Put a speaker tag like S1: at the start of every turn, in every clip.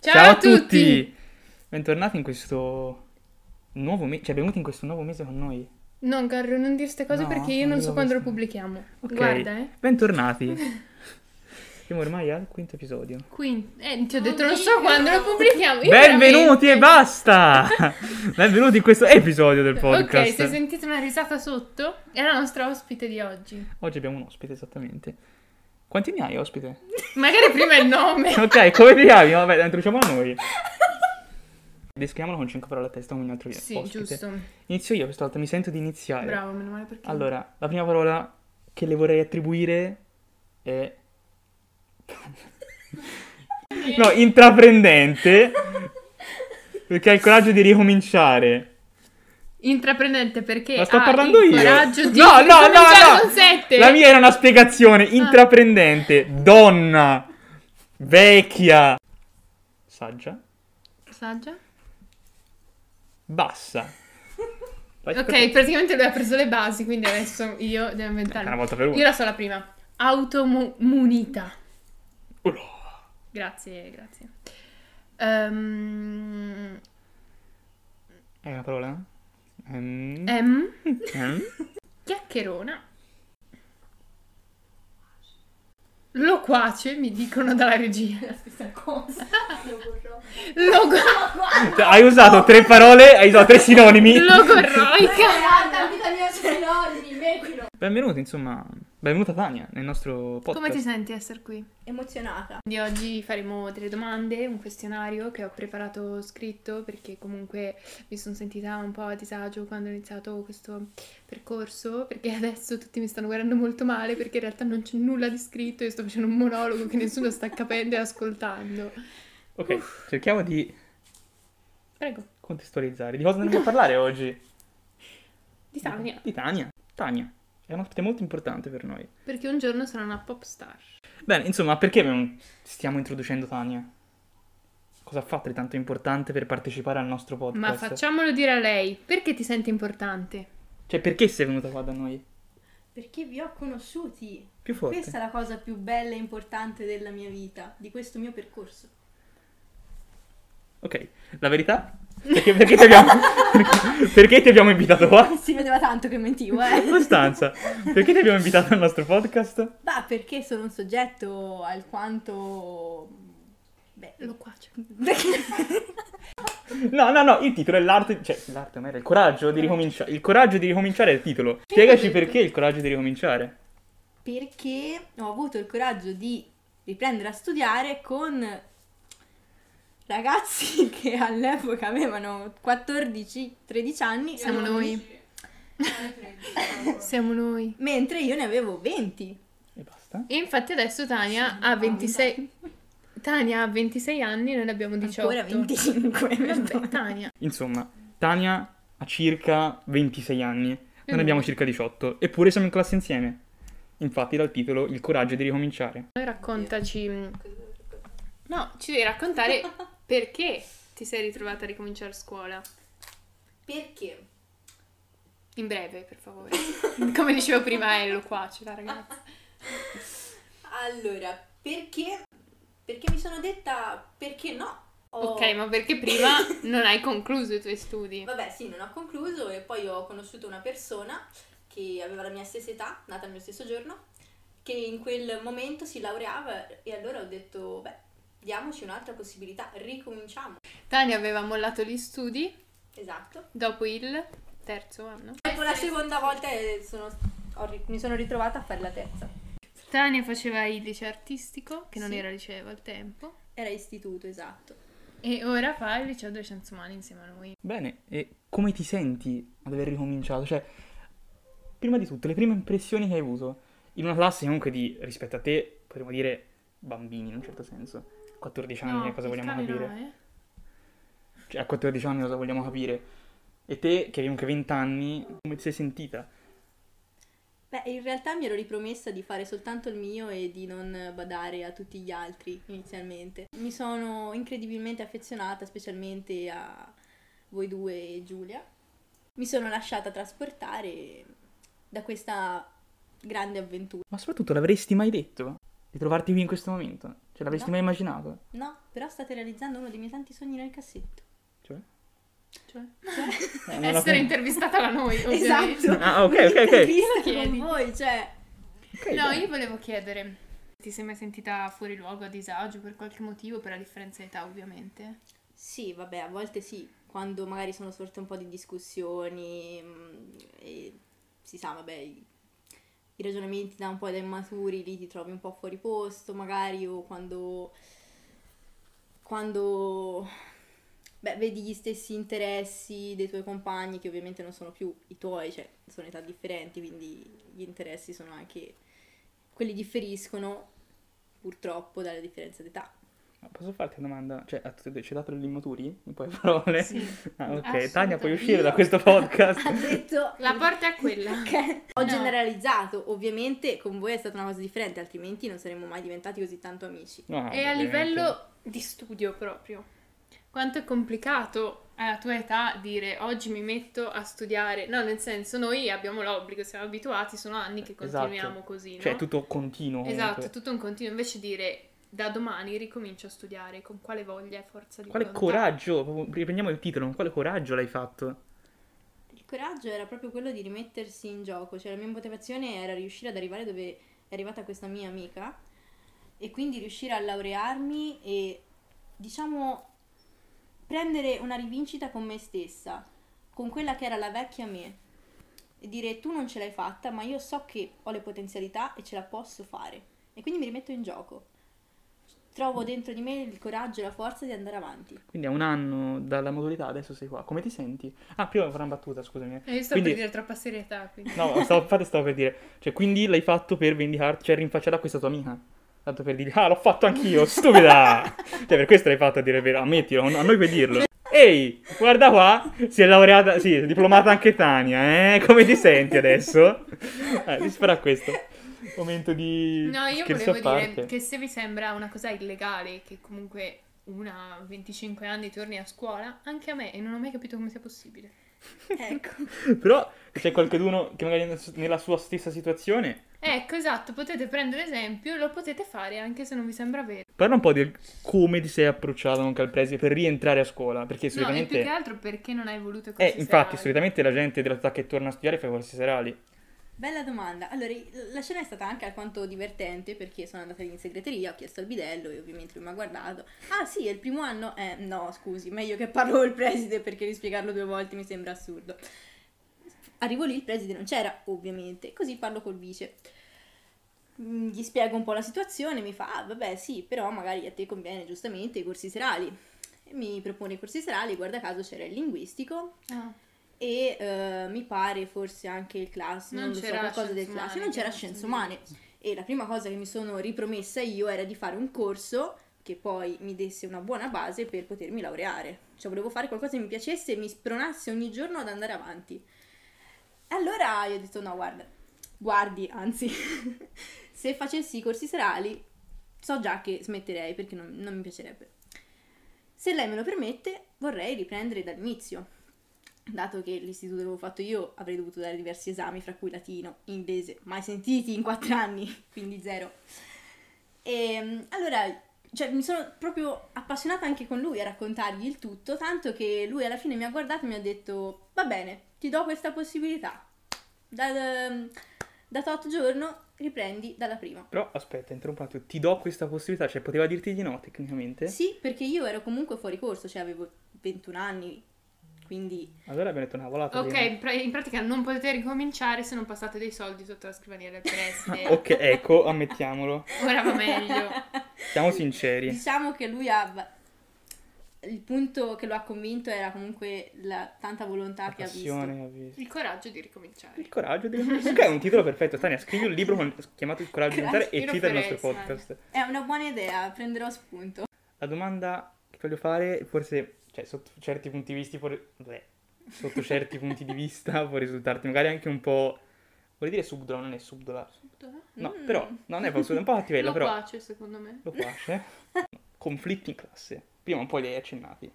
S1: Ciao, Ciao a tutti. tutti! Bentornati in questo nuovo mese, cioè benvenuti in questo nuovo mese con noi.
S2: No, Carlo, non dire queste cose
S1: No,
S2: perché io
S1: non
S2: non
S1: lo
S2: so quando lo
S1: so.
S2: pubblichiamo.
S1: Ok,
S2: Guarda, eh.
S1: bentornati. Siamo ormai al quinto episodio.
S2: Quindi, eh, ti ho detto non so quando lo pubblichiamo. Io
S1: Benvenuti
S2: veramente-
S1: e basta! Benvenuti in questo episodio del
S2: Ok,
S1: podcast.
S2: se sentite una risata sotto, è la nostra ospite di oggi.
S1: Oggi abbiamo un ospite esattamente. Quanti ne hai ospite?
S2: Magari prima il nome.
S1: ok, come ti chiami? Vabbè, introduciamolo noi. Descriviamolo con 5 parole a testa come ogni altro
S2: Sì,
S1: ospite.
S2: giusto.
S1: Inizio io questa volta, mi sento di iniziare.
S2: Bravo, meno male perché.
S1: Allora, la prima parola che le vorrei attribuire è... no, intraprendente. Perché ha il coraggio di ricominciare.
S2: Intraprendente perché
S1: Ma sto
S2: ha
S1: parlando
S2: Ah, il
S1: io.
S2: coraggio di
S1: no, no,
S2: ricominciare
S1: no, no.
S2: con sette. Ah.
S1: La mia era una spiegazione. Intraprendente, donna, vecchia, saggia,
S2: Saggia.
S1: bassa.
S2: Ok, praticamente lui ha preso le basi, quindi adesso io devo inventarmi.
S1: Una volta per una.
S2: Io la so la prima. Automunita. Grazie, grazie. Ehm,
S1: È una parola?
S2: Eh.
S1: Ehm,
S2: em,
S1: ehm.
S2: chiacchierona. Loquace, mi dicono dalla regia. La stessa cosa. Logo-
S1: Cioè, hai usato tre parole, hai usato tre sinonimi.
S2: logorroica.
S3: Guarda, vita mia sono enormi, mettilo.
S1: Benvenuti, insomma, benvenuta Tania nel nostro podcast.
S2: Come ti senti essere qui?
S3: Emozionata.
S2: Quindi oggi faremo delle domande, un questionario che ho preparato scritto perché comunque mi sono sentita un po' a disagio quando ho iniziato questo percorso perché adesso tutti mi stanno guardando molto male perché in realtà non c'è nulla di scritto, io sto facendo un monologo che nessuno sta capendo e ascoltando.
S1: Ok, cerchiamo di
S2: Prego,
S1: contestualizzare. Di cosa andremo a parlare oggi?
S2: di Tania,
S1: Di Tania. Tania è un ospite molto importante per noi.
S2: perché un giorno sarà una pop star.
S1: Bene, insomma, perché non stiamo introducendo Tania? Cosa ha fatto di tanto importante per partecipare al nostro podcast?
S2: Ma facciamolo dire a lei, perché ti senti importante?
S1: Cioè, perché sei venuta qua da noi?
S3: Perché vi ho conosciuti.
S1: Più forte.
S3: Questa è la cosa più bella e importante della mia vita, di questo mio percorso.
S1: Ok, la verità? Perché, perché ti abbiamo... perché- perché ti abbiamo invitato qua?
S3: Si vedeva tanto che mentivo, eh.
S1: Costanza, perché ti abbiamo invitato al nostro podcast?
S3: Bah, perché sono un soggetto alquanto... Beh,
S2: Lo quacio.
S1: No, no, no, il titolo è l'arte, cioè l'arte non era il coraggio di ricominciare. Il coraggio di ricominciare è il titolo. Spiegaci perché il coraggio di ricominciare.
S3: perché ho avuto il coraggio di riprendere a studiare con ragazzi che all'epoca avevano 14-13 anni.
S2: Siamo noi. Siamo noi.
S3: Mentre io ne avevo 20.
S1: E basta.
S2: E infatti adesso Tania ha 26 Tania ha 26 anni e noi ne abbiamo 18.
S3: Ancora 25.
S2: Vabbè,
S3: perdona.
S2: Tania.
S1: Insomma, Tania ha circa 26 anni, noi ne abbiamo circa 18, eppure siamo in classe insieme. Infatti dal titolo Il coraggio di ricominciare.
S2: Noi raccontaci No, ci devi raccontare perché ti sei ritrovata a ricominciare scuola.
S3: Perché?
S2: In breve, per favore. Come dicevo prima è loquace la ragazza.
S3: Allora, perché? Perché mi sono detta perché no. Ho-
S2: Ok, ma perché prima non hai concluso i tuoi studi?
S3: Vabbè, sì, non ho concluso e poi ho conosciuto una persona che aveva la mia stessa età, nata al mio stesso giorno, che in quel momento si laureava e allora ho detto, beh, diamoci un'altra possibilità, ricominciamo.
S2: Tania aveva mollato gli studi
S3: Esatto.
S2: dopo il terzo anno.
S3: Dopo la seconda volta eh, sono- ho ri- mi sono ritrovata a fare la terza.
S2: Tania faceva il liceo artistico, che non
S3: Sì.
S2: era liceo al tempo.
S3: Era istituto, esatto.
S2: E ora fa il liceo delle scienze umane insieme a noi.
S1: Bene, e come ti senti ad aver ricominciato? Cioè, prima di tutto, le prime impressioni che hai avuto in una classe comunque di, rispetto a te, potremmo dire bambini in un certo senso. 14 anni, eh, cosa vogliamo capire?
S2: eh.
S1: Cioè, a 14 anni cosa vogliamo capire? E te, che avevi anche 20 anni, come ti sei sentita?
S3: Beh, in realtà mi ero ripromessa di fare soltanto il mio e di non badare a tutti gli altri inizialmente. Mi sono incredibilmente affezionata, specialmente a voi due e Giulia. Mi sono lasciata trasportare da questa grande avventura.
S1: Ma soprattutto l'avresti mai detto di trovarti qui in questo momento? Cioè, Cioè, l'avresti
S3: No.
S1: mai immaginato?
S3: No, però state realizzando uno dei miei tanti sogni nel cassetto.
S1: Cioè?
S2: Cioè,
S1: Eh, non la
S2: essere
S1: con-
S2: intervistata da noi, ovviamente.
S3: Esatto.
S1: Ah, ok, ok, ok.
S3: Un'intervista
S2: Cosa
S3: con
S2: chiedi?
S3: voi, cioè...
S1: Ok,
S2: No,
S1: dai.
S2: io volevo chiedere, ti sei mai sentita fuori luogo, a disagio, per qualche motivo, per la differenza di età, ovviamente?
S3: Sì, vabbè, a volte sì, quando magari sono sorte un po' di discussioni mh, e si sa, vabbè, i, i ragionamenti da un po' da immaturi lì ti trovi un po' fuori posto, magari o quando, quando beh, vedi gli stessi interessi dei tuoi compagni che ovviamente non sono più i tuoi, cioè sono età differenti, quindi gli interessi sono anche quelli differiscono purtroppo dalla differenza d'età.
S1: Ma Posso farti una domanda? Cioè, a tutti e due, ci hai dato degli immaturi? In poche parole? Ah, ok. Tania,
S2: assolutamente.
S1: puoi uscire da questo podcast?
S3: Ha detto
S2: La porta è quella.
S3: Ok. Ho
S2: No.
S3: generalizzato, ovviamente con voi è stata una cosa differente, altrimenti non saremmo mai diventati così tanto amici.
S1: No,
S2: E a
S1: veramente.
S2: livello di studio proprio, quanto è complicato alla tua età dire oggi mi metto a studiare? No, nel senso, noi abbiamo l'obbligo, siamo abituati, sono anni che
S1: Esatto.
S2: continuiamo così, no?
S1: Cioè, è tutto continuo.
S2: Esatto, è
S1: comunque.
S2: tutto un continuo. Invece dire da domani ricomincio a studiare, con quale voglia e forza di
S1: Quale
S2: volontà?
S1: coraggio? Proprio Riprendiamo il titolo. Con quale coraggio l'hai fatto?
S3: Il coraggio era proprio quello di rimettersi in gioco, cioè la mia motivazione era riuscire ad arrivare dove è arrivata questa mia amica e quindi riuscire a laurearmi e diciamo prendere una rivincita con me stessa, con quella che era la vecchia me e dire tu non ce l'hai fatta, ma io so che ho le potenzialità e ce la posso fare e quindi mi rimetto in gioco. Trovo dentro di me il coraggio e la forza di andare avanti.
S1: Quindi a un anno dalla maturità adesso sei qua. Come ti senti? Ah, prima farò una battuta, scusami.
S2: Eh, io sto
S1: Quindi-
S2: per dire troppa serietà, quindi.
S1: No, stavo, infatti stavo per dire. Cioè, quindi l'hai fatto per vendicarti, cioè rinfacciare a questa tua amica. Tanto per dire, ah, l'ho fatto anch'io, stupida! cioè, per questo l'hai fatto a dire il vero, ammettilo, a noi puoi dirlo. Ehi, guarda qua, si è laureata, sì, è diplomata anche Tania, eh? Come ti senti adesso? Eh, si spera questo. Momento di
S2: No, io
S1: scherzo
S2: volevo
S1: a parte.
S2: dire che se vi sembra una cosa illegale, che comunque una a 25 anni torni a scuola, anche a me, e non ho mai capito come sia possibile.
S3: Ecco.
S1: Però c'è qualcuno che magari nella sua stessa situazione...
S2: Ecco, esatto, potete prendere esempio, lo potete fare anche se non vi sembra vero.
S1: Parla un po' di come ti sei approcciato con Calpresi per rientrare a scuola, perché
S2: No, e
S1: solitamente...
S2: più che altro perché non hai voluto
S1: Eh, infatti,
S2: considerare.
S1: solitamente la gente della età che torna a studiare fa i corsi serali.
S3: Bella domanda. Allora, i- la scena è stata anche alquanto divertente perché sono andata lì in segreteria, ho chiesto al bidello e ovviamente lui mi ha guardato. Ah sì, è il primo anno? Eh, no, scusi, meglio che parlo col preside perché rispiegarlo due volte mi sembra assurdo. Arrivo lì, il preside non c'era, ovviamente, così parlo col vice. Mm, Gli spiego un po' la situazione, mi fa, ah vabbè sì, però magari a te conviene giustamente i corsi serali. E mi propone i corsi serali, guarda caso c'era il linguistico,
S2: Ah,
S3: e eh, mi pare forse anche il classico,
S2: Non
S3: non, lo so,
S2: c'era
S3: qualcosa del
S2: scienze
S3: classico,
S2: umane,
S3: non c'era
S2: non so
S3: scienze
S2: dire.
S3: umane. E la prima cosa che mi sono ripromessa io era di fare un corso che poi mi desse una buona base per potermi laureare. Cioè volevo fare qualcosa che mi piacesse e mi spronasse ogni giorno ad andare avanti. Allora io ho detto no, guarda, guardi, anzi, se facessi i corsi serali so già che smetterei perché non, non mi piacerebbe. Se lei me lo permette, vorrei riprendere dall'inizio. Dato che l'istituto che avevo fatto io avrei dovuto dare diversi esami, fra cui latino, inglese, mai sentiti in quattro anni, quindi zero. E mm, allora, cioè, mi sono proprio appassionata anche con lui a raccontargli il tutto, tanto che lui alla fine mi ha guardato e mi ha detto, va bene, ti do questa possibilità. Da, da tot giorno riprendi dalla prima.
S1: Però aspetta, interrompo un attimo, ti do questa possibilità, cioè poteva dirti di no tecnicamente.
S3: Sì, perché io ero comunque fuori corso, cioè avevo 21 anni, quindi
S1: Allora abbiamo detto una volata.
S2: Ok,
S1: prima.
S2: in pra- in pratica non potete ricominciare se non passate dei soldi sotto la scrivania del preside.
S1: Ah, ok, ecco, ammettiamolo.
S2: Ora va meglio.
S1: Siamo sinceri.
S3: diciamo che lui ha... Il punto che lo ha convinto era comunque la tanta volontà
S1: La
S3: che ha visto.
S1: passione, ha visto.
S2: Il coraggio di ricominciare.
S1: Il coraggio di Ok, è un titolo perfetto. Tania, scrivi un libro con- chiamato Il coraggio di
S3: Coraggio
S1: diventare e
S2: di
S1: cita il nostro
S2: Roferenza.
S1: podcast.
S3: È una buona idea, prenderò spunto.
S1: La domanda che voglio fare, forse, cioè, sotto certi punti di vista, for- bleh, sotto certi punti di vista può risultarti magari anche un po'... Vorrei dire subdola, non è subdola. No,
S3: Mm.
S1: però, non è proprio un po' attivella,
S2: Lo
S1: però...
S2: pace, secondo me.
S1: Lo piace. Conflitti in classe. Prima un po' li hai accennati.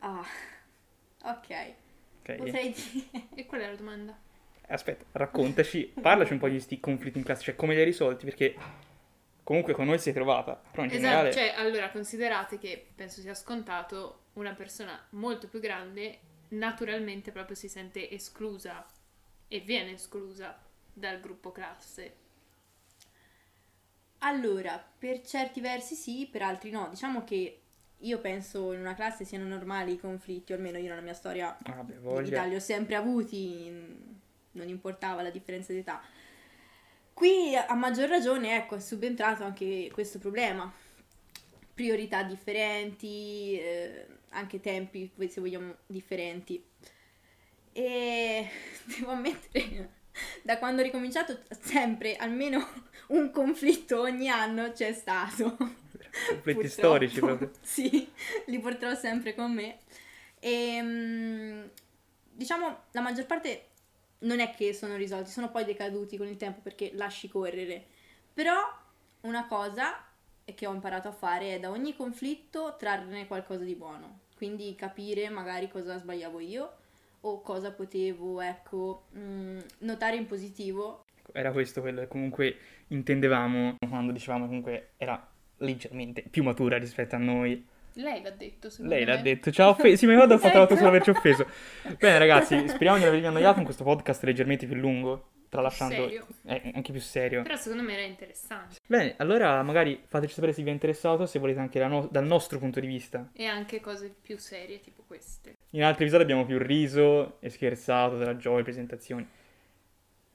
S3: Ah, ok.
S1: ok?
S3: Potrei dire...
S2: E qual è la domanda?
S1: Aspetta, raccontaci, parlaci un po' di questi conflitti in classe, cioè come li hai risolti, perché Comunque con noi si è trovata, però in generale...
S2: Esatto, cioè allora considerate che penso sia scontato una persona molto più grande naturalmente proprio si sente esclusa e viene esclusa dal gruppo classe.
S3: Allora, per certi versi sì, per altri no. Diciamo che io penso in una classe siano normali i conflitti, o almeno io nella mia storia
S1: Ah, Vabbè,
S3: in
S1: voglia.
S3: Italia li ho sempre avuti, non importava la differenza d'età. Qui a maggior ragione ecco, è subentrato anche questo problema. Priorità differenti, eh, anche tempi, se vogliamo, differenti. E devo ammettere, da quando ho ricominciato, sempre almeno un conflitto ogni anno c'è stato.
S1: Conflitti
S3: Purtroppo.
S1: storici proprio.
S3: Sì, li porterò sempre con me. E, mm, diciamo, la maggior parte non è che sono risolti, sono poi decaduti con il tempo perché lasci correre. Però una cosa che ho imparato a fare è da ogni conflitto trarne qualcosa di buono. Quindi capire magari cosa sbagliavo io o cosa potevo, ecco, mm, notare in positivo.
S1: Era questo quello che comunque intendevamo quando dicevamo comunque era leggermente più matura rispetto a noi.
S2: Lei l'ha detto, secondo
S1: Lei l'ha
S2: me.
S1: detto, ciao, offe- sì, mi vado a fatto la
S3: Ecco.
S1: solo averci offeso. Bene ragazzi, speriamo di non avervi annoiato in questo podcast leggermente più lungo, tralasciando...
S2: Serio.
S1: Eh, anche più serio.
S2: Però secondo me era interessante.
S1: Bene, allora magari fateci sapere se vi è interessato, se volete anche la no- dal nostro punto di vista.
S2: E anche cose più serie tipo queste.
S1: In altri episodi abbiamo più riso e scherzato, della gioia, presentazioni.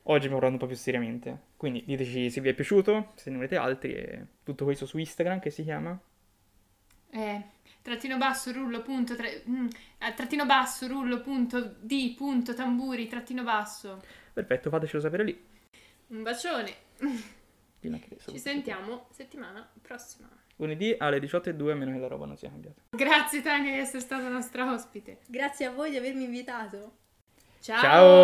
S1: Oggi abbiamo parlato un po' più seriamente. Quindi diteci se vi è piaciuto, se ne volete altri e tutto questo su Instagram che si chiama.
S2: Eh, trattino basso rullo punto tra- mm, eh, trattino basso rullo punto di punto tamburi trattino basso.
S1: Perfetto, fatecelo sapere lì.
S2: Un bacione.
S1: Dillo anche te,
S2: Ci
S1: saluto.
S2: sentiamo settimana prossima.
S1: Lunedì alle 18.02 a meno che la roba non sia cambiata.
S2: Grazie Tania di essere stata nostra ospite.
S3: Grazie a voi di avermi invitato.
S2: Ciao.
S1: Ciao!